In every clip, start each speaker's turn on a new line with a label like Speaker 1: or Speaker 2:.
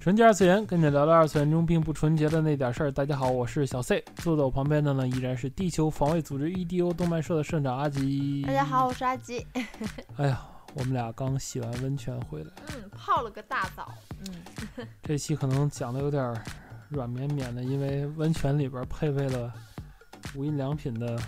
Speaker 1: 纯洁二次元，跟你聊聊二次元中并不纯洁的那点事儿。大家好，我是小 C，坐在我旁边的呢依然是地球防卫组织 EDO 动漫社的社长阿吉。
Speaker 2: 大家好，，我是阿吉。
Speaker 1: 哎呀，我们俩刚洗完温泉回来，
Speaker 2: 嗯，泡了个大澡。嗯，
Speaker 1: 这期可能讲的有点儿软绵绵的，因为温泉里边配备了无印良品的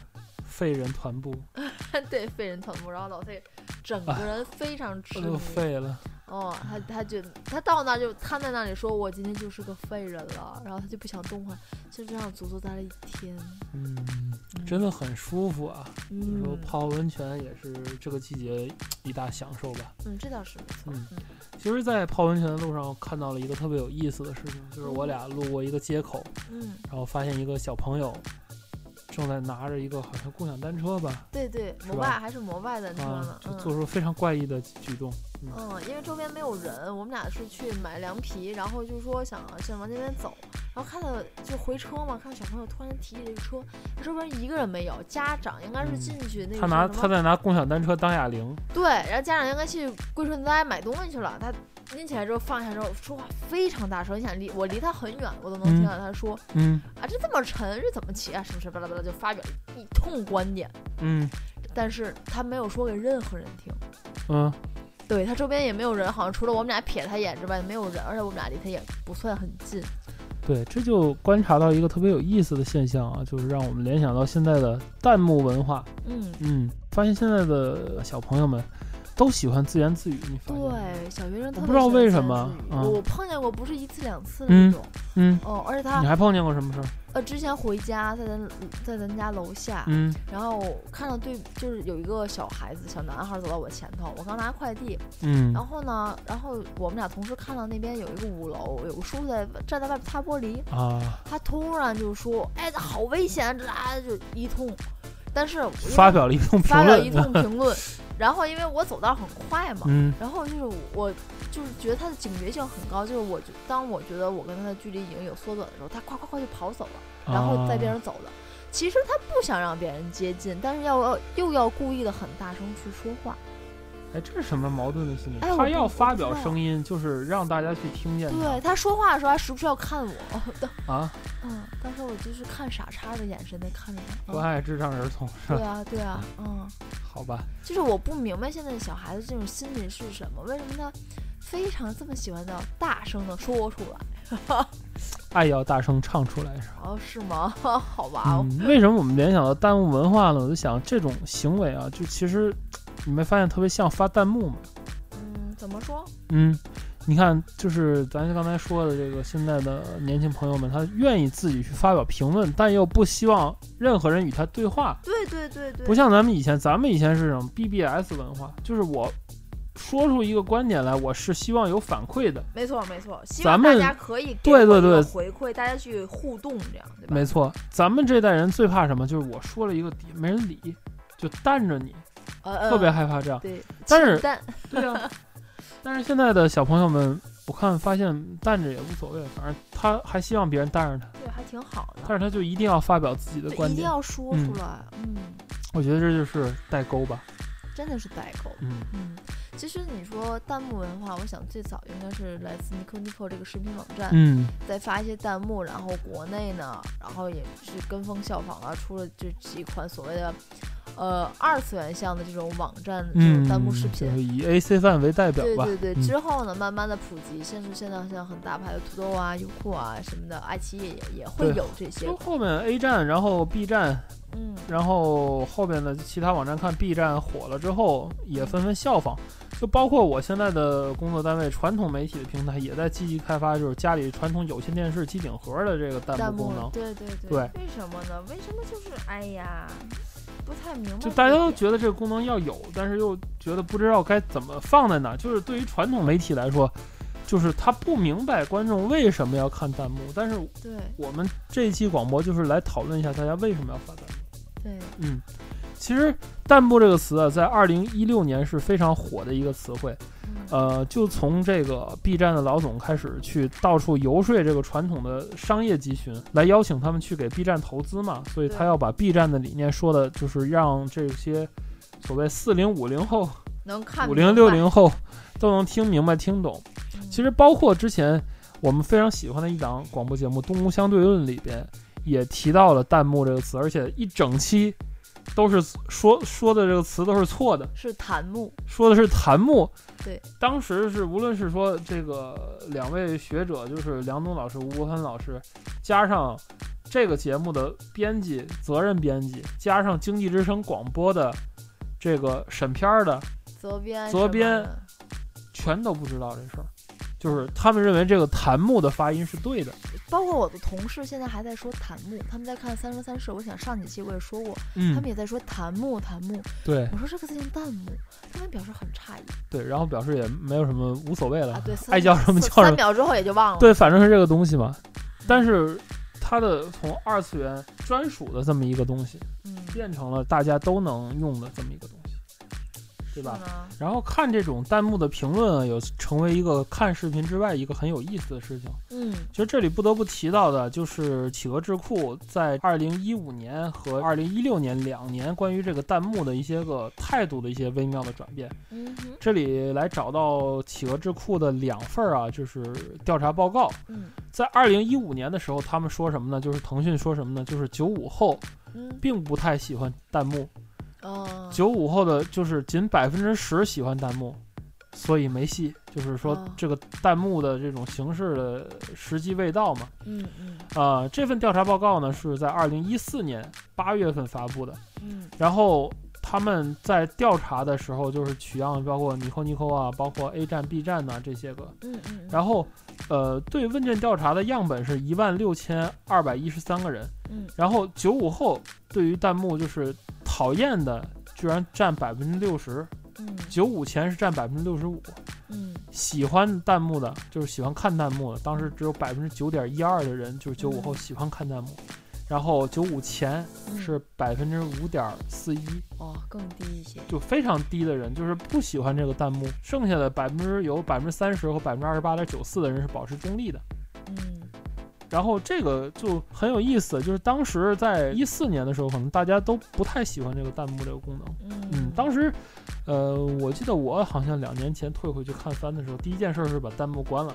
Speaker 1: 废人团布，
Speaker 2: 对，废人臀部，然后老崔整个人非常痴
Speaker 1: 我
Speaker 2: 迷。
Speaker 1: 都呃废了。
Speaker 2: 哦，他他觉得他到那儿就瘫在那里说：“我今天就是个废人了。”然后他就不想动换，就这样足足待了一天。
Speaker 1: 嗯，真的很舒服啊。有时候
Speaker 2: 嗯，
Speaker 1: 泡温泉也是这个季节一大享受吧。
Speaker 2: 嗯，这倒是没错。
Speaker 1: 嗯
Speaker 2: 嗯
Speaker 1: 其实，在泡温泉的路上，我看到了一个特别有意思的事情，就是我俩路过一个街口，
Speaker 2: 嗯，
Speaker 1: 然后发现一个小朋友正在拿着一个好像共享单车吧，
Speaker 2: 对对，
Speaker 1: 是
Speaker 2: 摩
Speaker 1: 吧
Speaker 2: 拜还是摩拜的，你知道
Speaker 1: 啊
Speaker 2: 吗，？
Speaker 1: 就做
Speaker 2: 嗯。
Speaker 1: 出非常怪异的举动。
Speaker 2: 嗯，因为周边没有人，我们俩是去买凉皮，然后就说想想往那边走，然后看到就回车嘛，看到小朋友突然提起这个车，周边一个人没有，家长应该是
Speaker 1: 嗯
Speaker 2: 进去那个
Speaker 1: 他拿
Speaker 2: 什么
Speaker 1: 他在拿共享单车当哑铃，
Speaker 2: 对，然后家长应该去贵顺斋买东西去了，他拎起来之后放下之后说话非常大声，你想离我离他很远，我都能听到他说、
Speaker 1: 嗯
Speaker 2: 啊这这么沉这怎么骑啊什么什么巴拉巴拉就发表一通观点，
Speaker 1: 嗯
Speaker 2: 但是他没有说给任何人听。
Speaker 1: 嗯，
Speaker 2: 对他周边也没有人，好像除了我们俩瞥他一眼之外没有人，而且我们俩离他也不算很近。
Speaker 1: 对，这就观察到一个特别有意思的现象啊，就是让我们联想到现在的弹幕文化。
Speaker 2: 嗯，
Speaker 1: 嗯，发现现在的小朋友们都喜欢自言自语，你发现？，
Speaker 2: 对，小学生特别
Speaker 1: 我不知道为什
Speaker 2: 喜欢
Speaker 1: 么
Speaker 2: 自言自语
Speaker 1: 嗯
Speaker 2: 我碰见过不是一次两次的
Speaker 1: 嗯
Speaker 2: 那种。
Speaker 1: 嗯，
Speaker 2: 哦，而且
Speaker 1: 你
Speaker 2: 他
Speaker 1: 还碰见过什么事儿？
Speaker 2: 呃之前回家在咱在咱家楼下，
Speaker 1: 嗯
Speaker 2: 然后看到对就是有一个小孩子小男孩走到我前头，我刚拿快递，
Speaker 1: 嗯
Speaker 2: 然后呢，然后我们俩同时看到那边有一个五楼有个叔叔在站在外边擦玻璃，
Speaker 1: 啊，
Speaker 2: 他突然就说：“哎，好危险！”这啊就一通，但是因为
Speaker 1: 发表了一通评
Speaker 2: 发表一
Speaker 1: 论，
Speaker 2: 通评论，然后因为我走道很快嘛，
Speaker 1: 嗯
Speaker 2: 然后就是我就是觉得他的警觉性很高，就是我觉当我觉得我跟他的距离已经有缩短的时候，他夸夸夸就跑走了，然后在边
Speaker 1: 啊
Speaker 2: 上走的。其实他不想让别人接近，但是要又要故意的很大声去说话。
Speaker 1: 哎，这是什么矛盾的心理？
Speaker 2: 哎我
Speaker 1: 他
Speaker 2: 不
Speaker 1: 要
Speaker 2: 我
Speaker 1: 发
Speaker 2: 不知
Speaker 1: 表
Speaker 2: 道
Speaker 1: 声音，就是让大家去听见他
Speaker 2: 对他说话的时候还时不时要看我， 当
Speaker 1: 啊，
Speaker 2: 嗯，当时我就是看傻叉的眼神在看着他。
Speaker 1: 关
Speaker 2: 嗯
Speaker 1: 爱智障儿童是
Speaker 2: 对
Speaker 1: 吧？
Speaker 2: 啊，对啊，嗯。
Speaker 1: 好吧，
Speaker 2: 就是我不明白现在小孩子这种心理是什么，为什么他非常这么喜欢要大声的说出来？
Speaker 1: 爱要大声唱出来是吧？
Speaker 2: 哦，是吗？ 好吧，
Speaker 1: 嗯，为什么我们联想到弹幕文化呢？我就想这种行为啊，就其实你没发现特别像发弹幕吗？
Speaker 2: 嗯，怎么说？
Speaker 1: 嗯，你看，就是咱刚才说的这个现在的年轻朋友们，他愿意自己去发表评论，但又不希望任何人与他对话，
Speaker 2: 对对对对，
Speaker 1: 不像咱们以前，咱们以前是什么 BBS 文化，就是我说出一个观点来，我是希望有反馈的，
Speaker 2: 没错没错，希
Speaker 1: 咱
Speaker 2: 望大
Speaker 1: 们
Speaker 2: 家可以给
Speaker 1: 对
Speaker 2: 我
Speaker 1: 对
Speaker 2: 一个
Speaker 1: 对
Speaker 2: 回馈，大家去互动，这样对吧？
Speaker 1: 没错。咱们这代人最怕什么？就是我说了一个底，没人理，就淡着你，
Speaker 2: 呃，呃
Speaker 1: 特别害怕这样。
Speaker 2: 对，
Speaker 1: 但是
Speaker 2: 清淡
Speaker 1: 对呀、
Speaker 2: 啊
Speaker 1: 但是现在的小朋友们，我看发现淡着也无所谓，反正他还希望别人淡着他，
Speaker 2: 对还挺好的，
Speaker 1: 但是他就一定要发表自己的
Speaker 2: 对
Speaker 1: 观
Speaker 2: 一定
Speaker 1: 点。
Speaker 2: 要说出来，嗯，
Speaker 1: 我觉得这就是代沟吧。
Speaker 2: 真的是代沟。
Speaker 1: 嗯
Speaker 2: 嗯，其实你说弹幕文化，我想最早应该是来自 Nico Nico 这个视频网站，
Speaker 1: 嗯
Speaker 2: 再发一些弹幕，然后国内呢，然后也是跟风效仿啊，出了这几款所谓的呃二次元向的这种网站这种
Speaker 1: 嗯，
Speaker 2: 弹幕视
Speaker 1: 就
Speaker 2: 频。
Speaker 1: 是以 AC 范为代表
Speaker 2: 对
Speaker 1: 吧。
Speaker 2: 对对，
Speaker 1: 嗯
Speaker 2: 之后呢，慢慢的普及，甚至现在像很大牌的土豆啊、优酷啊什么的，爱奇艺也也会
Speaker 1: 对
Speaker 2: 有这些
Speaker 1: 就。后面 A 站，然后 B 站，
Speaker 2: 嗯，
Speaker 1: 然后后边的其他网站看 B 站火了之后，也纷纷效仿。就包括我现在的工作单位，传统媒体的平台也在积极开发，就是家里传统有线电视机顶盒的这个弹
Speaker 2: 弹
Speaker 1: 幕功
Speaker 2: 幕
Speaker 1: 能。
Speaker 2: 对对对
Speaker 1: 对
Speaker 2: 为什么呢？为什么就是哎呀，不太明白这
Speaker 1: 就
Speaker 2: 一点。
Speaker 1: 大家都觉得这个功能要有，但是又觉得不知道该怎么放在哪儿。就是对于传统媒体来说，就是他不明白观众为什么要看弹幕，但是
Speaker 2: 对
Speaker 1: 我们这一期广播就是来讨论一下大家为什么要发弹幕。
Speaker 2: 对，
Speaker 1: 嗯，其实弹幕这个词啊，在二零一六年是非常火的一个词汇。
Speaker 2: 嗯
Speaker 1: 呃，就从这个 B 站的老总开始去到处游说这个传统的商业集群，来邀请他们去给 B 站投资嘛，所以他
Speaker 2: 对
Speaker 1: 要把 B 站的理念说的，就是让这些所谓四零五零后、
Speaker 2: 能看
Speaker 1: 五
Speaker 2: 明白
Speaker 1: 零六，零后都能听明白、听懂。
Speaker 2: 嗯
Speaker 1: 其实包括之前我们非常喜欢的一档广播节目《东吴相对论》里边也提到了弹幕这个词，而且一整期都是说说的这个词都是错的，
Speaker 2: 是弹幕，
Speaker 1: 说的是弹幕。
Speaker 2: 对，
Speaker 1: 当时是无论是说这个两位学者，就是梁冬老师、吴国藩老师，加上这个节目的编辑、责任编辑，加上经济之声广播的这个审片儿的，
Speaker 2: 责编
Speaker 1: 责
Speaker 2: 什么
Speaker 1: 编
Speaker 2: 的
Speaker 1: 全都不知道这事儿。就是他们认为这个弹幕的发音是对的，
Speaker 2: 包括我的同事现在还在说弹幕，他们在看《三生三世》，我想上几期我也说过，
Speaker 1: 嗯
Speaker 2: 他们也在说弹幕弹幕。
Speaker 1: 对
Speaker 2: 我说这个字念弹幕，他们表示很诧异
Speaker 1: 对，然后表示也没有什么无所谓了，
Speaker 2: 啊，对，
Speaker 1: 爱叫什么
Speaker 2: 四
Speaker 1: 叫什
Speaker 2: 三
Speaker 1: 么，
Speaker 2: 秒之后也就忘了。
Speaker 1: 对，反正是这个东西嘛。
Speaker 2: 嗯
Speaker 1: 但是它的从二次元专属的这么一个东西，
Speaker 2: 嗯，
Speaker 1: 变成了大家都能用的这么一个东西，对吧
Speaker 2: 是？吗？
Speaker 1: 然后看这种弹幕的评论啊，有成为一个看视频之外一个很有意思的事情。
Speaker 2: 嗯，
Speaker 1: 其实这里不得不提到的就是企鹅智库在二零一五年和二零一六年两年关于这个弹幕的一些个态度的一些微妙的转变。
Speaker 2: 嗯哼，
Speaker 1: 这里来找到企鹅智库的两份儿啊，就是调查报告。
Speaker 2: 嗯
Speaker 1: 在二零一五年的时候，他们说什么呢？就是腾讯说什么呢？就是九五后
Speaker 2: 嗯，
Speaker 1: 并不太喜欢弹幕，
Speaker 2: 哦，
Speaker 1: 九五后的就是仅百分之十喜欢弹幕，所以没戏。就是说
Speaker 2: 哦
Speaker 1: 这个弹幕的这种形式的时机未到嘛。
Speaker 2: 嗯嗯
Speaker 1: 啊、这份调查报告呢是在二零一四年八月份发布的，
Speaker 2: 嗯
Speaker 1: 然后他们在调查的时候就是取样，包括尼扣尼扣啊，包括 A 站、B 站呐、这些个，
Speaker 2: 嗯嗯，
Speaker 1: 然后呃对问卷调查的样本是一万六千二百一十三个人，
Speaker 2: 嗯
Speaker 1: 然后九五后对于弹幕就是讨厌的居然占百分之六十，
Speaker 2: 嗯
Speaker 1: 九五前是占百分之六十五，
Speaker 2: 嗯
Speaker 1: 喜欢弹幕的，就是喜欢看弹幕的，当时只有百分之九点一二的人就是九五后喜欢看弹幕，然后九五前
Speaker 2: 嗯
Speaker 1: 是百分之五点四一，
Speaker 2: 哦更低一些，
Speaker 1: 就非常低的人就是不喜欢这个弹幕，剩下的百分之有百分之三十和百分之二十八点九四的人是保持中立的。
Speaker 2: 嗯
Speaker 1: 然后这个就很有意思，就是当时在一四年的时候，可能大家都不太喜欢这个弹幕这个功能。
Speaker 2: 嗯
Speaker 1: 嗯，当时，呃，我记得我好像两年前退回去看番的时候，第一件事是把弹幕关了，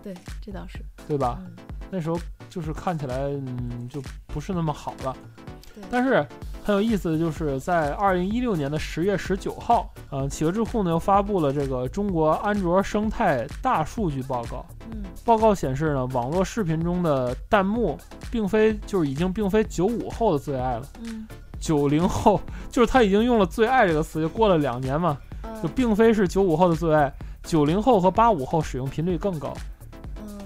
Speaker 2: 对这倒是，
Speaker 1: 对吧？
Speaker 2: 嗯
Speaker 1: 那时候就是看起来，嗯，就不是那么好了
Speaker 2: 对。
Speaker 1: 但是很有意思的就是，在二零一六年的十月十九号，呃，企鹅智库呢又发布了这个中国安卓生态大数据报告。
Speaker 2: 嗯
Speaker 1: 报告显示呢，网络视频中的弹幕并非就是已经并非九五后的最爱了，
Speaker 2: 嗯
Speaker 1: 九零后 就是他已经用了“最爱”这个词，就过了两年嘛，
Speaker 2: 嗯
Speaker 1: 就并非是九五后的最爱，九零后和八五后使用频率更高。
Speaker 2: 嗯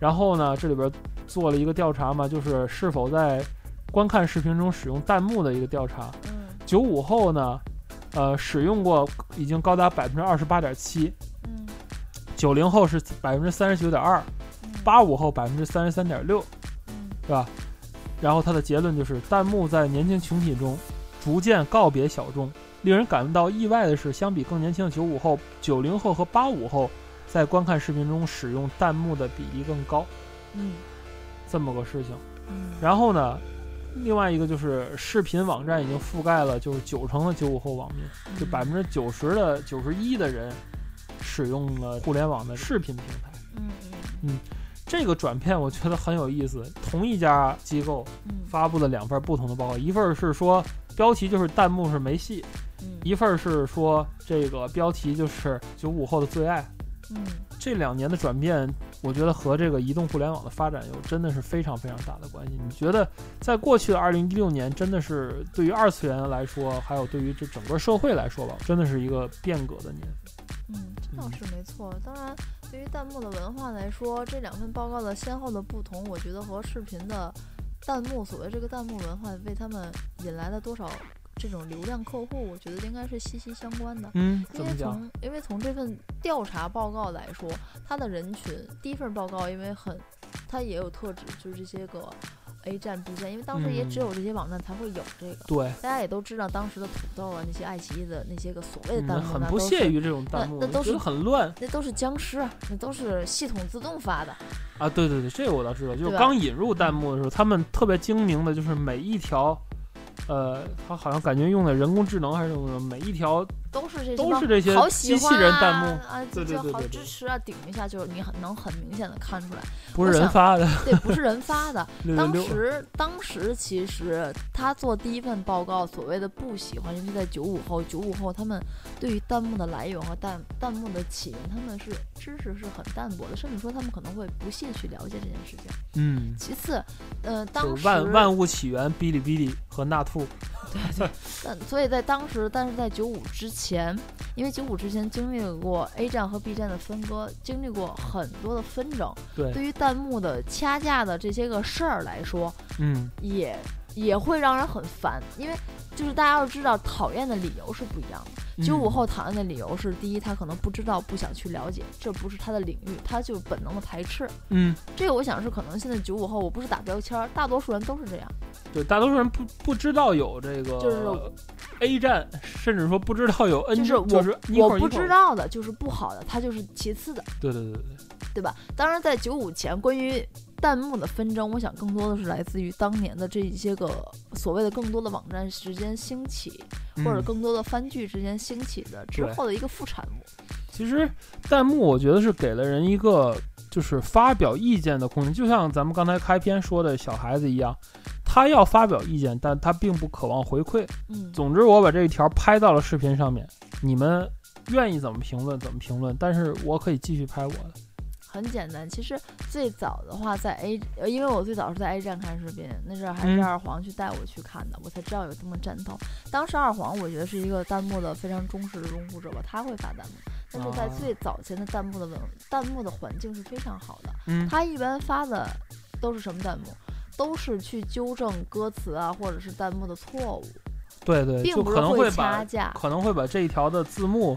Speaker 1: 然后呢，这里边做了一个调查嘛，就是是否在观看视频中使用弹幕的一个调查。
Speaker 2: 嗯
Speaker 1: 九五后呢，呃，使用过已经高达百分之二十八点七，
Speaker 2: 嗯
Speaker 1: 九零后是百分之三十九点二，
Speaker 2: 嗯
Speaker 1: 八五后百分之三十三点六。
Speaker 2: 嗯
Speaker 1: 然后他的结论就是，弹幕在年轻群体中逐渐告别小众。令人感到意外的是，相比更年轻的九五后、九零后和八五后，在观看视频中使用弹幕的比例更高，
Speaker 2: 嗯
Speaker 1: 这么个事情。
Speaker 2: 嗯
Speaker 1: 然后呢，另外一个就是视频网站已经覆盖了就是九成的九五后网民，就
Speaker 2: 嗯
Speaker 1: 百分之九十的九十一的人使用了互联网的视频平台。
Speaker 2: 嗯
Speaker 1: 这个转变我觉得很有意思。同一家机构
Speaker 2: 嗯
Speaker 1: 发布的两份不同的报告，一份是说标题就是弹幕是没戏，
Speaker 2: 嗯
Speaker 1: 一份是说这个标题就是九五后的最爱。
Speaker 2: 嗯
Speaker 1: 这两年的转变，我觉得和这个移动互联网的发展有真的是非常非常大的关系。你觉得，在过去的二零一六年，真的是对于二次元来说，还有对于这整个社会来说吧，真的是一个变革的年。
Speaker 2: 嗯，这倒
Speaker 1: 嗯
Speaker 2: 是没错。当然，对于弹幕的文化来说，这两份报告的先后的不同，我觉得和视频的弹幕所谓这个弹幕文化为他们引来了多少这种流量客户，我觉得应该是息息相关的。
Speaker 1: 嗯，
Speaker 2: 因
Speaker 1: 怎么
Speaker 2: 为
Speaker 1: 讲？
Speaker 2: 从因为从这份调查报告来说，它的人群第一份报告因为很，它也有特指，就是这些个 A 站、B 站，因为当时
Speaker 1: 嗯
Speaker 2: 也只有这些网站才会有这个。
Speaker 1: 对，
Speaker 2: 大家也都知道，当时的土豆啊，那些爱奇艺的那些个所谓的
Speaker 1: 嗯
Speaker 2: 弹幕
Speaker 1: 很
Speaker 2: 呢，
Speaker 1: 不
Speaker 2: 都
Speaker 1: 屑
Speaker 2: 是
Speaker 1: 于这种弹幕，
Speaker 2: 那那都
Speaker 1: 我觉得
Speaker 2: 是
Speaker 1: 很乱
Speaker 2: 那都是僵尸啊，那都是系统自动发的。
Speaker 1: 啊！对对对，这个我倒知道，就
Speaker 2: 对
Speaker 1: 是
Speaker 2: 吧
Speaker 1: 刚引入弹幕的时候，他们特别精明的，就是每一条，呃，他好像感觉用的人工智能还是用的，每一条
Speaker 2: 都是这
Speaker 1: 都
Speaker 2: 什么
Speaker 1: 是这些
Speaker 2: 好
Speaker 1: 机
Speaker 2: 喜
Speaker 1: 器
Speaker 2: 欢
Speaker 1: 人
Speaker 2: 啊
Speaker 1: 弹幕
Speaker 2: 啊，
Speaker 1: 对对
Speaker 2: 就
Speaker 1: 对
Speaker 2: 就好
Speaker 1: 对对
Speaker 2: 支持啊，顶一下，就是你很能很明显的看出来，
Speaker 1: 不是
Speaker 2: 我
Speaker 1: 人
Speaker 2: 想
Speaker 1: 发的，
Speaker 2: 对，不是人 发的。
Speaker 1: 六六
Speaker 2: 当
Speaker 1: 六。
Speaker 2: 时当时其实他做第一份报告，所谓的不喜欢，因为在九五后，九五后他们对于弹幕的来源和弹弹幕的起源，他们是知识是很淡薄的，甚至说他们可能会不屑去了解这件事情。
Speaker 1: 嗯，
Speaker 2: 其次，呃，
Speaker 1: 就
Speaker 2: 当
Speaker 1: 是
Speaker 2: 时
Speaker 1: 万万物起源，哔哩哔哩和纳兔，
Speaker 2: 但呃所以在当时，但是在九五之前，因为九五之前经历过 A 站和 B 站的分割，经历过很多的纷争，对
Speaker 1: 对，
Speaker 2: 于弹幕的掐架的这些个事儿来说，
Speaker 1: 嗯，
Speaker 2: 也也会让人很烦，因为就是大家要知道，讨厌的理由是不一样的。九五
Speaker 1: 嗯
Speaker 2: 后讨厌的理由是：第一，他可能不知道、不想去了解，这不是他的领域，他就本能的排斥。
Speaker 1: 嗯，
Speaker 2: 这个我想是可能现在九五后，我不是打标签儿，大多数人都是这样。
Speaker 1: 对，大多数人不不知道有这个，
Speaker 2: 就是
Speaker 1: A 站，甚至说不知道有 N，
Speaker 2: 就是我
Speaker 1: 就是一会
Speaker 2: 我
Speaker 1: 儿
Speaker 2: 不
Speaker 1: 一会儿
Speaker 2: 知，道的就是不好的，他就是其次的。
Speaker 1: 对对对对对，
Speaker 2: 对吧？当然，在九五前，关于弹幕的纷争，我想更多的是来自于当年的这一些个所谓的更多的网站之间兴起，或者
Speaker 1: 嗯
Speaker 2: 更多的番剧之间兴起的之
Speaker 1: 对
Speaker 2: 后的一个副产物。
Speaker 1: 其实弹幕我觉得是给了人一个就是发表意见的空间，就像咱们刚才开篇说的小孩子一样，他要发表意见，但他并不渴望回馈。
Speaker 2: 嗯，
Speaker 1: 总之，我把这一条拍到了视频上面，你们愿意怎么评论怎么评论，但是我可以继续拍我的。
Speaker 2: 很简单。其实最早的话，在 A，呃因为我最早是在 A 站看视频，那阵儿还是
Speaker 1: 嗯
Speaker 2: 二黄去带我去看的，我才知道有这么战斗。当时二黄我觉得是一个弹幕的非常忠实的拥护者吧，他会发弹幕。但是在
Speaker 1: 啊
Speaker 2: 最早前的弹幕的文弹幕的环境是非常好的，
Speaker 1: 嗯
Speaker 2: 他一般发的都是什么弹幕？都是去纠正歌词啊，或者是弹幕的错误，
Speaker 1: 对对，
Speaker 2: 并
Speaker 1: 呃就
Speaker 2: 不
Speaker 1: 可
Speaker 2: 是
Speaker 1: 能会
Speaker 2: 掐
Speaker 1: 把
Speaker 2: 架，
Speaker 1: 可能会把这一条的字幕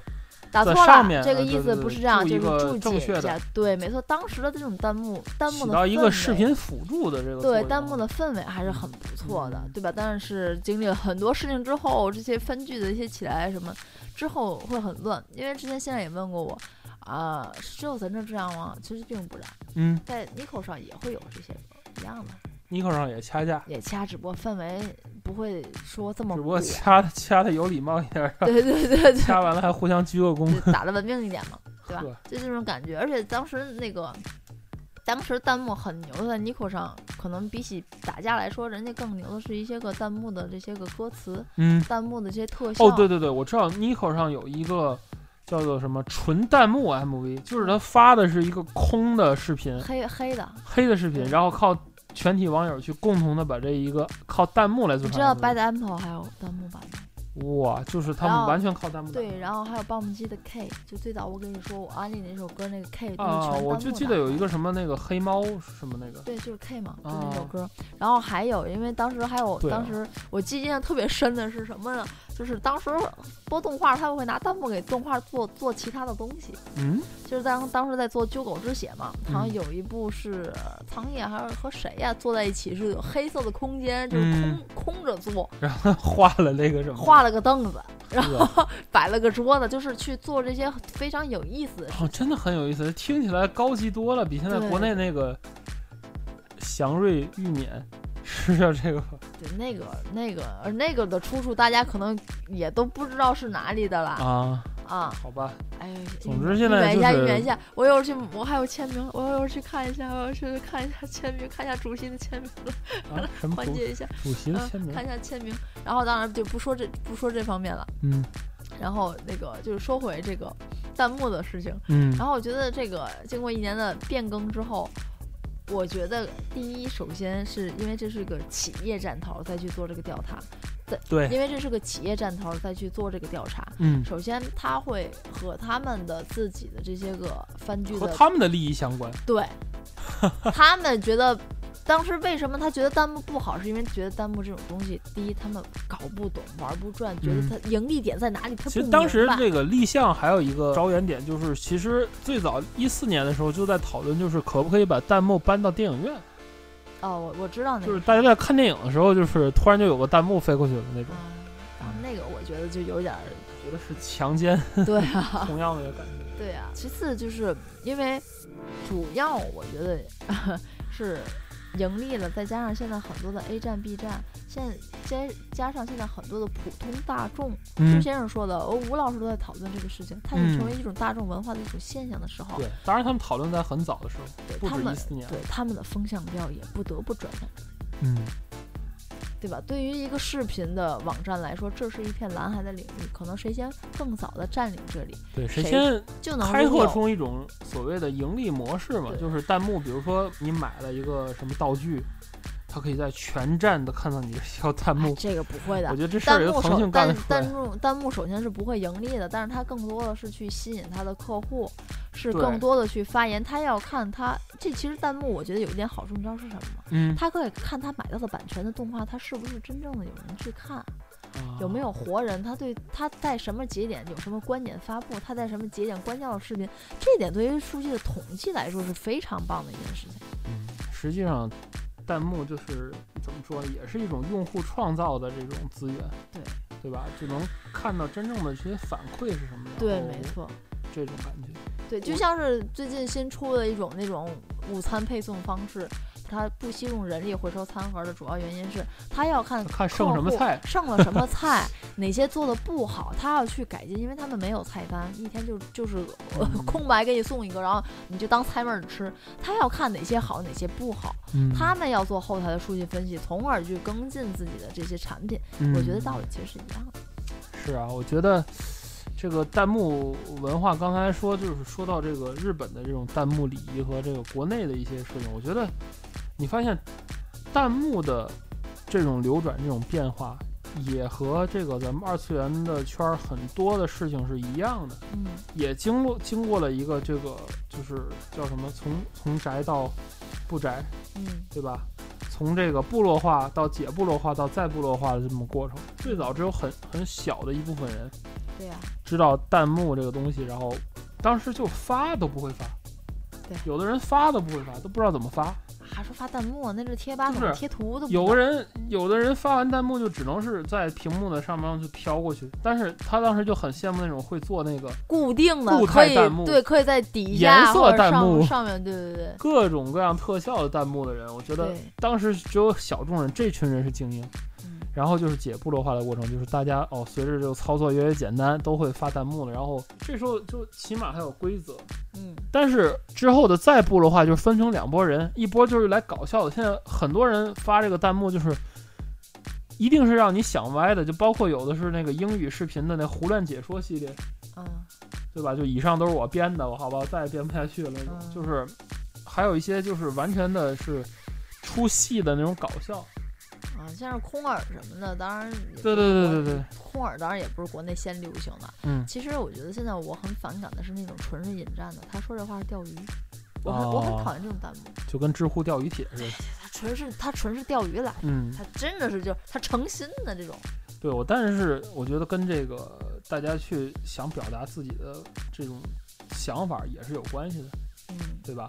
Speaker 2: 打
Speaker 1: 在
Speaker 2: 错了
Speaker 1: 上，面
Speaker 2: 这
Speaker 1: 呃
Speaker 2: 个意
Speaker 1: 对
Speaker 2: 思
Speaker 1: 对
Speaker 2: 不
Speaker 1: 对
Speaker 2: 是这样，
Speaker 1: 注一
Speaker 2: 这
Speaker 1: 个
Speaker 2: 是
Speaker 1: 正
Speaker 2: 注解
Speaker 1: 确
Speaker 2: 一
Speaker 1: 的
Speaker 2: 下，对，没错。当时的这种弹幕，弹幕
Speaker 1: 起
Speaker 2: 的
Speaker 1: 到一
Speaker 2: 氛
Speaker 1: 个视
Speaker 2: 围
Speaker 1: 频辅助的这个作
Speaker 2: 对
Speaker 1: 用啊
Speaker 2: 弹幕的氛围还是很不错的
Speaker 1: 嗯，
Speaker 2: 对吧？但是经历了很多事情之后，这些番剧的一些起来什么之后会很乱，因为之前现在也问过我，啊、是只有咱这这样吗？其实并不然，
Speaker 1: 嗯
Speaker 2: 在 Nico 上也会有这些一样的，
Speaker 1: ，Nico 上也掐架，
Speaker 2: 也掐，只不过氛围不会说这么
Speaker 1: 只不
Speaker 2: 不
Speaker 1: 过掐的掐的有礼貌一点儿，
Speaker 2: 对对对对，
Speaker 1: 掐完了还互相鞠个躬。
Speaker 2: 就打得文明一点嘛，对吧
Speaker 1: 呵？
Speaker 2: 就这种感觉。而且当时那个，当时弹幕很牛的，在 Nico 上，可能比起打架来说，人家更牛的是一些个弹幕的这些个歌词、
Speaker 1: 嗯，
Speaker 2: 弹幕的这些特效。
Speaker 1: 哦，对对对，我知道 Nico 上有一个叫做什么纯弹幕 MV，就是他发的是一个空的视频，
Speaker 2: 黑黑的，
Speaker 1: 黑的视频，
Speaker 2: 嗯
Speaker 1: 然后靠全体网友去共同的把这一个靠弹幕来做
Speaker 2: 你
Speaker 1: 出来的。
Speaker 2: 知道 Bad Apple 还有弹幕版吗？
Speaker 1: 哇，就是他
Speaker 2: 然
Speaker 1: 们
Speaker 2: 后
Speaker 1: 完全靠弹幕打。
Speaker 2: 对，然后还有棒棒鸡的 K，就最早我跟你说我安利那首歌那个 K 都是全
Speaker 1: 啊，
Speaker 2: 弹幕
Speaker 1: 我就记
Speaker 2: 打
Speaker 1: 得有
Speaker 2: 的
Speaker 1: 一个什么那个黑猫什么那个，
Speaker 2: 对，就是 K 嘛，就
Speaker 1: 啊
Speaker 2: 那首歌。然后还有，因为当时还有，
Speaker 1: 对啊
Speaker 2: 当时我记忆印象特别深的是什么呢？就是当时播动画，他们会拿弹幕给动画做做其他的东西，
Speaker 1: 嗯，
Speaker 2: 就是当当时在做《鸠狗之血》嘛，好像
Speaker 1: 嗯
Speaker 2: 有一部是苍叶还是和谁呀、坐在一起，是有黑色的空间，就是空、
Speaker 1: 嗯
Speaker 2: 空着坐，
Speaker 1: 然后画了那个什么，
Speaker 2: 画了个凳子，然
Speaker 1: 是
Speaker 2: 后
Speaker 1: 吧
Speaker 2: 摆了个桌子，就是去做这些非常有意思的事。
Speaker 1: 哦，真的很有意思，听起来高级多了，比现在
Speaker 2: 对
Speaker 1: 国内那个祥瑞玉免是叫这个吧
Speaker 2: 对，那个那个而那个的出处，大家可能也都不知道是哪里的了
Speaker 1: 啊？
Speaker 2: 啊
Speaker 1: 好吧，
Speaker 2: 哎呦，
Speaker 1: 总之现在
Speaker 2: 预
Speaker 1: 就
Speaker 2: 言一下，
Speaker 1: 是
Speaker 2: 预言一下。我一会儿去，我还有签名，我一会儿去看一下，我要去看一下签名，看一下主席的签名，
Speaker 1: 啊，什么
Speaker 2: 缓
Speaker 1: 主
Speaker 2: 解一下，
Speaker 1: 主席的
Speaker 2: 嗯
Speaker 1: 签，名
Speaker 2: 看？一下签名。然后当然就不说这不说这方面了。
Speaker 1: 嗯
Speaker 2: 然后那个就是说回这个弹幕的事情。
Speaker 1: 嗯
Speaker 2: 然后我觉得这个经过一年的变更之后。我觉得第一，首先是因为这是个企业站头再去做这个调查，
Speaker 1: 对，
Speaker 2: 因为这是个企业站头再去做这个调查。
Speaker 1: 哎嗯，
Speaker 2: 首先，他会和他们的自己的这些个番剧
Speaker 1: 和
Speaker 2: 的
Speaker 1: 他们的利益相关。
Speaker 2: 对，他们觉得当时为什么他觉得弹幕不好，是因为觉得弹幕这种东西，第一他们搞不懂、玩不转，觉得
Speaker 1: 嗯
Speaker 2: 它盈利点在哪里，他不
Speaker 1: 其实当时
Speaker 2: 明白
Speaker 1: 这个立项还有一个着眼点，就是其实最早一四年的时候就在讨论，就是可不可以把弹幕搬到电影院，
Speaker 2: 哦，我我知道那个，
Speaker 1: 就是大家在看电影的时候，就是突然就有个弹幕飞过去的那种，
Speaker 2: 啊啊那个我觉得就有点儿
Speaker 1: 觉得是强奸，
Speaker 2: 对啊，
Speaker 1: 同样的感觉。
Speaker 2: 对啊。其次就是因为主要我觉得 是盈利了，再加上现在很多的 A 站、B 站，现再加上现在很多的普通大众，朱
Speaker 1: 嗯，
Speaker 2: 先生说的，呃吴老师都在讨论这个事情，它已经成为一种大众文化的一种现象的时候，
Speaker 1: 对，当然他们讨论在很早的时候，
Speaker 2: 对
Speaker 1: 不
Speaker 2: 他
Speaker 1: 止
Speaker 2: 们
Speaker 1: 一四年。
Speaker 2: 对他们的风向标也不得不转向，
Speaker 1: 嗯，
Speaker 2: 对吧？对于一个视频的网站来说，这是一片蓝海的领域，可能谁先更早的占领这里，
Speaker 1: 对，谁
Speaker 2: 谁
Speaker 1: 先
Speaker 2: 就能
Speaker 1: 开
Speaker 2: 拥有
Speaker 1: 拓出一种所谓的盈利模式嘛，
Speaker 2: 对
Speaker 1: 就是弹幕，比如说你买了一个什么道具，它可以在全站都看到你要弹
Speaker 2: 哎
Speaker 1: 幕。
Speaker 2: 这个不会
Speaker 1: 我
Speaker 2: 的
Speaker 1: 觉。得这事
Speaker 2: 弹
Speaker 1: 儿由
Speaker 2: 幕
Speaker 1: 腾
Speaker 2: 首
Speaker 1: 讯干得
Speaker 2: 弹
Speaker 1: 出来
Speaker 2: 弹。幕弹幕首先是不会盈利的，但是它更多的是去吸引它的客户，是
Speaker 1: 对
Speaker 2: 更多的去发言。他要看他这其实弹幕，我觉得有一点好处，你知道是什么吗？
Speaker 1: 嗯，
Speaker 2: 他可以看他买到的版权的动画，他是不是真正的有人去看，
Speaker 1: 啊
Speaker 2: 有没有活人，他对他在什么节点有什么观点发布，他在什么节点关掉了视频，这点对于数据的统计来说是非常棒的一件事情。
Speaker 1: 嗯实际上，弹幕就是怎么说，也是一种用户创造的这种资源，
Speaker 2: 对
Speaker 1: 对吧？就能看到真正的这些反馈是什么样，
Speaker 2: 对，
Speaker 1: 然后
Speaker 2: 没错，
Speaker 1: 这种感觉。
Speaker 2: 对，就
Speaker 1: 我
Speaker 2: 像是最近新出的一种那种午餐配送方式，它不惜用人力回收餐盒的主要原因是，它要看
Speaker 1: 看剩什么
Speaker 2: 客户
Speaker 1: 菜
Speaker 2: 剩了什么菜，哪些做的不好，他要去改进，因为他们没有菜单，一天就就是、呃
Speaker 1: 嗯
Speaker 2: 空白给你送一个，然后你就当菜味儿吃。他要看哪些好，哪些不好，
Speaker 1: 嗯
Speaker 2: 他们要做后台的数据分析，从而去更进自己的这些产品。
Speaker 1: 嗯
Speaker 2: 我觉得道理其实是一样的。
Speaker 1: 是啊，我觉得这个弹幕文化，刚才说就是说到这个日本的这种弹幕礼仪和这个国内的一些事情，我觉得你发现弹幕的这种流转、这种变化，也和这个咱们二次元的圈儿很多的事情是一样的，
Speaker 2: 嗯，
Speaker 1: 也经过经过了一个这个就是叫什么从从宅到不宅，
Speaker 2: 嗯，
Speaker 1: 对吧？从这个部落化到解部落化到再部落化的这么过程，最早只有很很小的一部分人
Speaker 2: 对啊呀、
Speaker 1: 知道弹幕这个东西，然后当时就发都不会发，
Speaker 2: 对
Speaker 1: 有的人发都不会发，都不知道怎么发。
Speaker 2: 还说发弹幕，啊那是贴吧
Speaker 1: 就
Speaker 2: 怎么
Speaker 1: 是
Speaker 2: 贴图的？
Speaker 1: 有的人有的人发完弹幕就只能是在屏幕的上面就飘过去，但是他当时就很羡慕那种会做那个
Speaker 2: 固定的
Speaker 1: 固态
Speaker 2: 可以
Speaker 1: 弹幕
Speaker 2: 对，可以在底
Speaker 1: 颜
Speaker 2: 下
Speaker 1: 色
Speaker 2: 或者
Speaker 1: 弹幕
Speaker 2: 上上面对对对
Speaker 1: 各种各样特效的弹幕的人，我觉得
Speaker 2: 对，
Speaker 1: 当时只有小众人，这群人是精英。
Speaker 2: 嗯
Speaker 1: 然后就是解部落化的过程，就是大家哦，随着这个操作越来越简单，都会发弹幕了。然后这时候就起码还有规则，
Speaker 2: 嗯，
Speaker 1: 但是之后的再部落化就是分成两拨人，一波就是来搞笑的。现在很多人发这个弹幕就是，一定是让你想歪的，就包括有的是那个英语视频的那胡乱解说系列，
Speaker 2: 嗯
Speaker 1: 对吧？就以上都是我编的，我好吧，再也编不下去了那种。
Speaker 2: 嗯
Speaker 1: 就是还有一些就是完全的是出戏的那种搞笑。
Speaker 2: 啊，像是空耳什么的，当然也
Speaker 1: 对对
Speaker 2: 不是
Speaker 1: 对
Speaker 2: 国
Speaker 1: 对对，
Speaker 2: 空耳当然也不是国内先流行的。
Speaker 1: 嗯
Speaker 2: 其实我觉得现在我很反感的是那种纯是引战的，他说这话是钓鱼，我很、我
Speaker 1: 哦
Speaker 2: 很讨厌这种弹幕，
Speaker 1: 就跟知乎钓鱼帖似的。
Speaker 2: 他纯是他纯是钓鱼来的，
Speaker 1: 嗯，
Speaker 2: 他真的是就他诚心的这种，
Speaker 1: 对我，但是我觉得跟这个大家去想表达自己的这种想法也是有关系的，
Speaker 2: 嗯，
Speaker 1: 对吧？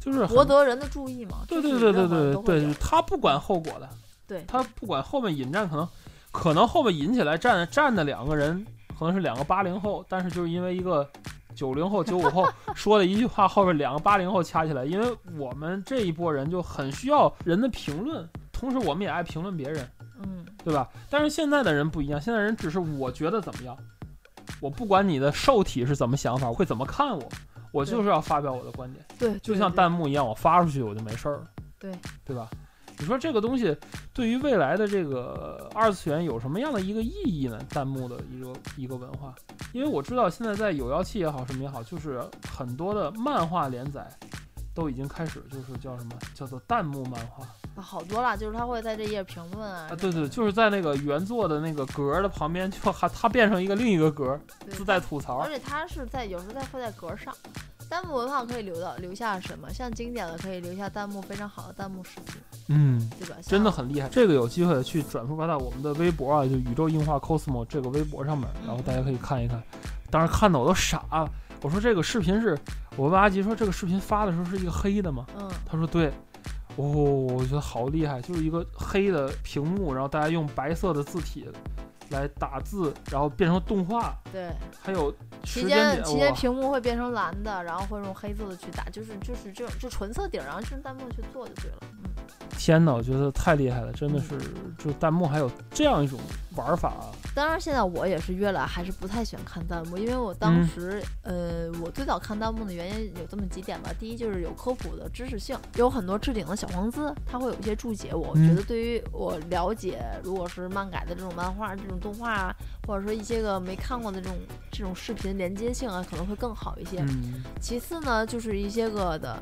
Speaker 1: 就是很
Speaker 2: 博得人的注意嘛。
Speaker 1: 对
Speaker 2: 这
Speaker 1: 对对
Speaker 2: 是
Speaker 1: 对
Speaker 2: 任何人
Speaker 1: 对
Speaker 2: 都
Speaker 1: 对
Speaker 2: 会
Speaker 1: 对，
Speaker 2: 有
Speaker 1: 他不管后果的，
Speaker 2: 对
Speaker 1: 他不管后面引战可能可能后面引起来站站的两个人可能是两个八零后，但是就是因为一个。九零后、九五 后说的一句话，后边两个八零后掐起来，因为我们这一波人就很需要人的评论，同时我们也爱评论别人。
Speaker 2: 嗯
Speaker 1: 对吧？但是现在的人不一样，现在人只是我觉得怎么样，我不管你的受体是怎么想法，会怎么看我，我就是要发表我的观点，
Speaker 2: 对，
Speaker 1: 就
Speaker 2: 对
Speaker 1: 像
Speaker 2: 对
Speaker 1: 弹幕一样，我发出去我就没事儿了，
Speaker 2: 对
Speaker 1: 对吧？你说这个东西对于未来的这个二次元有什么样的一个意义呢？弹幕的一个一个文化，因为我知道现在在有妖气也好，什么也好，就是很多的漫画连载都已经开始就是叫什么叫做弹幕漫画，
Speaker 2: 好多啦，就是他会在这页评论啊
Speaker 1: 啊，对对，就是在那个原作的那个格儿的旁边，就还它变成一个另一个格儿，
Speaker 2: 对
Speaker 1: 自带吐槽
Speaker 2: 而。且他是在有时候在会在格儿上，弹幕文化可以留到留下什么？像经典的可以留下弹幕非常好的弹幕视频，
Speaker 1: 嗯，
Speaker 2: 对吧？
Speaker 1: 真的
Speaker 2: 像
Speaker 1: 很厉害。这个有机会去转发到我们的微博啊，就宇宙硬化 cosmo 这个微博上面，然后大家可以看一看。当时看的我都傻了，我说这个视频是，我问阿吉说这个视频发的时候是一个黑的吗？
Speaker 2: 嗯
Speaker 1: 他说对。哦，我觉得好厉害，就是一个黑的屏幕，然后大家用白色的字体来打字，然后变成动画，
Speaker 2: 对。
Speaker 1: 还有时
Speaker 2: 期
Speaker 1: 间
Speaker 2: 间期
Speaker 1: 点
Speaker 2: 间
Speaker 1: 哇，
Speaker 2: 屏幕会变成蓝的，然后会用黑字的去打，就是就是这种就纯色底儿，然后用弹幕去做就对了。嗯，
Speaker 1: 天呐，我觉得太厉害了，真的是，就弹幕还有这样一种玩法啊，
Speaker 2: 当然现在我也是越来还是不太喜欢看弹幕，因为我当时、呃我最早看弹幕的原因有这么几点吧，第一就是有科普的知识性，有很多置顶的小黄资，它会有一些注解，我
Speaker 1: 嗯
Speaker 2: 觉得对于我了解如果是漫改的这种漫画、这种动画啊，或者说一些个没看过的这种这种视频连接性啊，可能会更好一些。
Speaker 1: 嗯
Speaker 2: 其次呢，就是一些个的，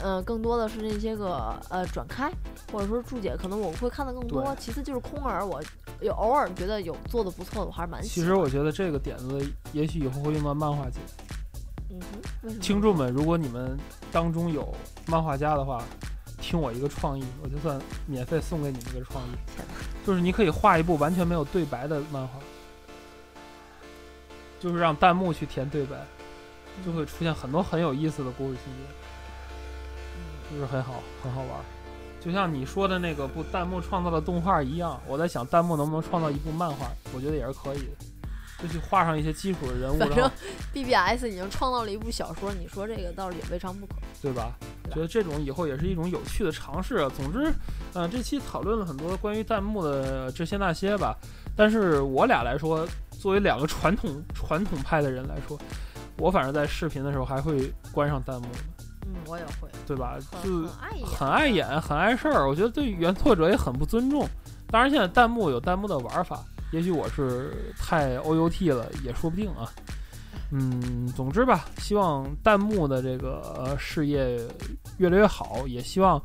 Speaker 2: 呃，更多的是那些个呃转开或者说注解，可能我会看的更多
Speaker 1: 对。
Speaker 2: 其次就是空耳，我有偶尔觉得有做的不错的，我还是蛮喜
Speaker 1: 其
Speaker 2: 欢。
Speaker 1: 实我觉得这个点子也许以后会用到漫画界。
Speaker 2: 嗯哼，为什么？
Speaker 1: 听众们，如果你们当中有漫画家的话，听我一个创意，我就算免费送给你们一个创意
Speaker 2: 天，
Speaker 1: 就是你可以画一部完全没有对白的漫画，就是让弹幕去填对白，就会出现很多很有意思的故事情节，就是很好很好玩儿。就像你说的那个部弹幕创造的动画一样，我在想弹幕能不能创造一部漫画，我觉得也是可以的，就去画上一些基础的人物，
Speaker 2: 反
Speaker 1: 然后
Speaker 2: 正 BBS 已经创造了一部小说，你说这个倒是也未尝不可。
Speaker 1: 对吧？
Speaker 2: 对吧
Speaker 1: 觉得这种以后也是一种有趣的尝试啊。总之，呃，这期讨论了很多关于弹幕的这些那些吧。但是我俩来说，作为两个传统 传统派的人来说，我反正在视频的时候还会关上弹幕，
Speaker 2: 嗯，我也会，
Speaker 1: 对吧？
Speaker 2: 很
Speaker 1: 就
Speaker 2: 很啊碍眼，
Speaker 1: 很碍。眼，很碍事儿。我觉得对原作者也很不尊重。当然，现在弹幕有弹幕的玩法，也许我是太 OUT 了，也说不定啊。嗯，总之吧，希望弹幕的这个、呃、事业越来越好，也希望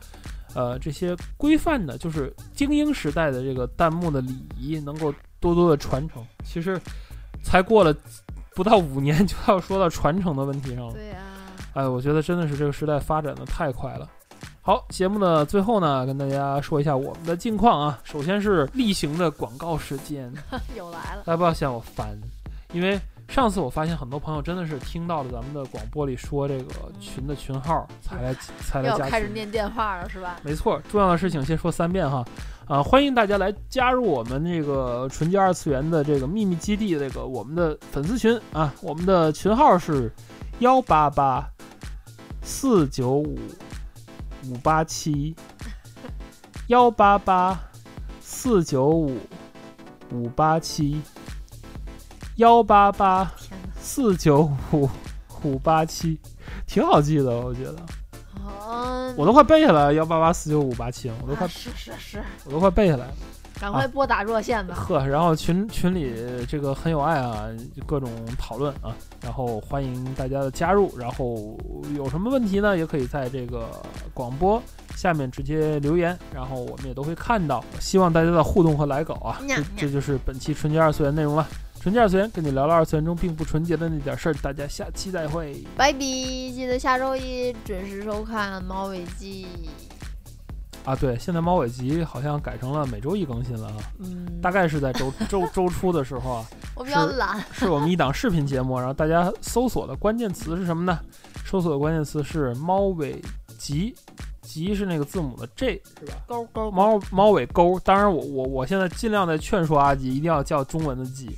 Speaker 1: 呃这些规范的，就是精英时代的这个弹幕的礼仪能够多多的传承。其实才过了不到五年，就要说到传承的问题上了。
Speaker 2: 对呀、
Speaker 1: 哎，我觉得真的是这个时代发展的太快了。好，节目的最后呢，跟大家说一下我们的近况啊。首先是例行的广告时间，
Speaker 2: 又来了。
Speaker 1: 大家不要嫌我烦，因为上次我发现很多朋友真的是听到了咱们的广播里说这个群的群号才来才
Speaker 2: 又
Speaker 1: 来
Speaker 2: 要
Speaker 1: 加群。
Speaker 2: 开始念电话了是 吧？
Speaker 1: 没错，重要的事情先说三遍哈。啊，欢迎大家来加入我们这个纯洁二次元的这个秘密基地，这个我们的粉丝群啊，我们的群号是幺八八四九五五八七幺八八四九五五八七幺八八
Speaker 2: 天哪！
Speaker 1: 四九五五八七，挺好记的，我觉得。
Speaker 2: 嗯，
Speaker 1: 我都快背下来了，幺八八四九五八七，我都快啊
Speaker 2: 啊、是是是，
Speaker 1: 我都快背下来了。
Speaker 2: 赶快拨打热线 吧。
Speaker 1: 呵，然后群群里这个很有爱啊，各种讨论啊，然后欢迎大家的加入，然后有什么问题呢，也可以在这个广播下面直接留言，然后我们也都会看到。希望大家的互动和来稿啊，
Speaker 2: 呀
Speaker 1: 这
Speaker 2: 呀
Speaker 1: 这就是本期纯洁二次元内容了。纯洁二次元跟你聊聊二次元中并不纯洁的那点事儿，大家下期再会。
Speaker 2: 拜拜！记得下周一准时收看《猫尾记》。
Speaker 1: 啊，对，现在猫尾集好像改成了每周一更新了啊，
Speaker 2: 嗯
Speaker 1: 大概是在周周周初的时候啊。
Speaker 2: 我比较
Speaker 1: 是
Speaker 2: 懒，
Speaker 1: 是我们一档视频节目，然后大家搜索的关键词是什么呢？搜索的关键词是猫尾集，集是那个字母的 J 是吧？
Speaker 2: 勾勾
Speaker 1: 猫猫尾钩。当然我，我我现在尽量在劝说阿吉一定要叫中文的吉，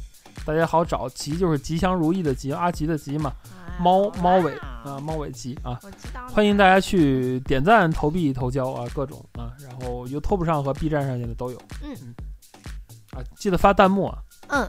Speaker 1: 大家好找吉就是吉祥如意的吉，阿吉的吉嘛，猫猫尾啊，猫尾吉啊。
Speaker 2: 哎我知道了。
Speaker 1: 欢迎大家去点赞、投币、投交啊，各种啊，然后 YouTube 上和 B 站上现在都有。
Speaker 2: 嗯
Speaker 1: 啊，记得发弹幕啊。
Speaker 2: 嗯，